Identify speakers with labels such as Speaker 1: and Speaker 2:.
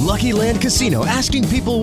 Speaker 1: Lucky Land Casino asking people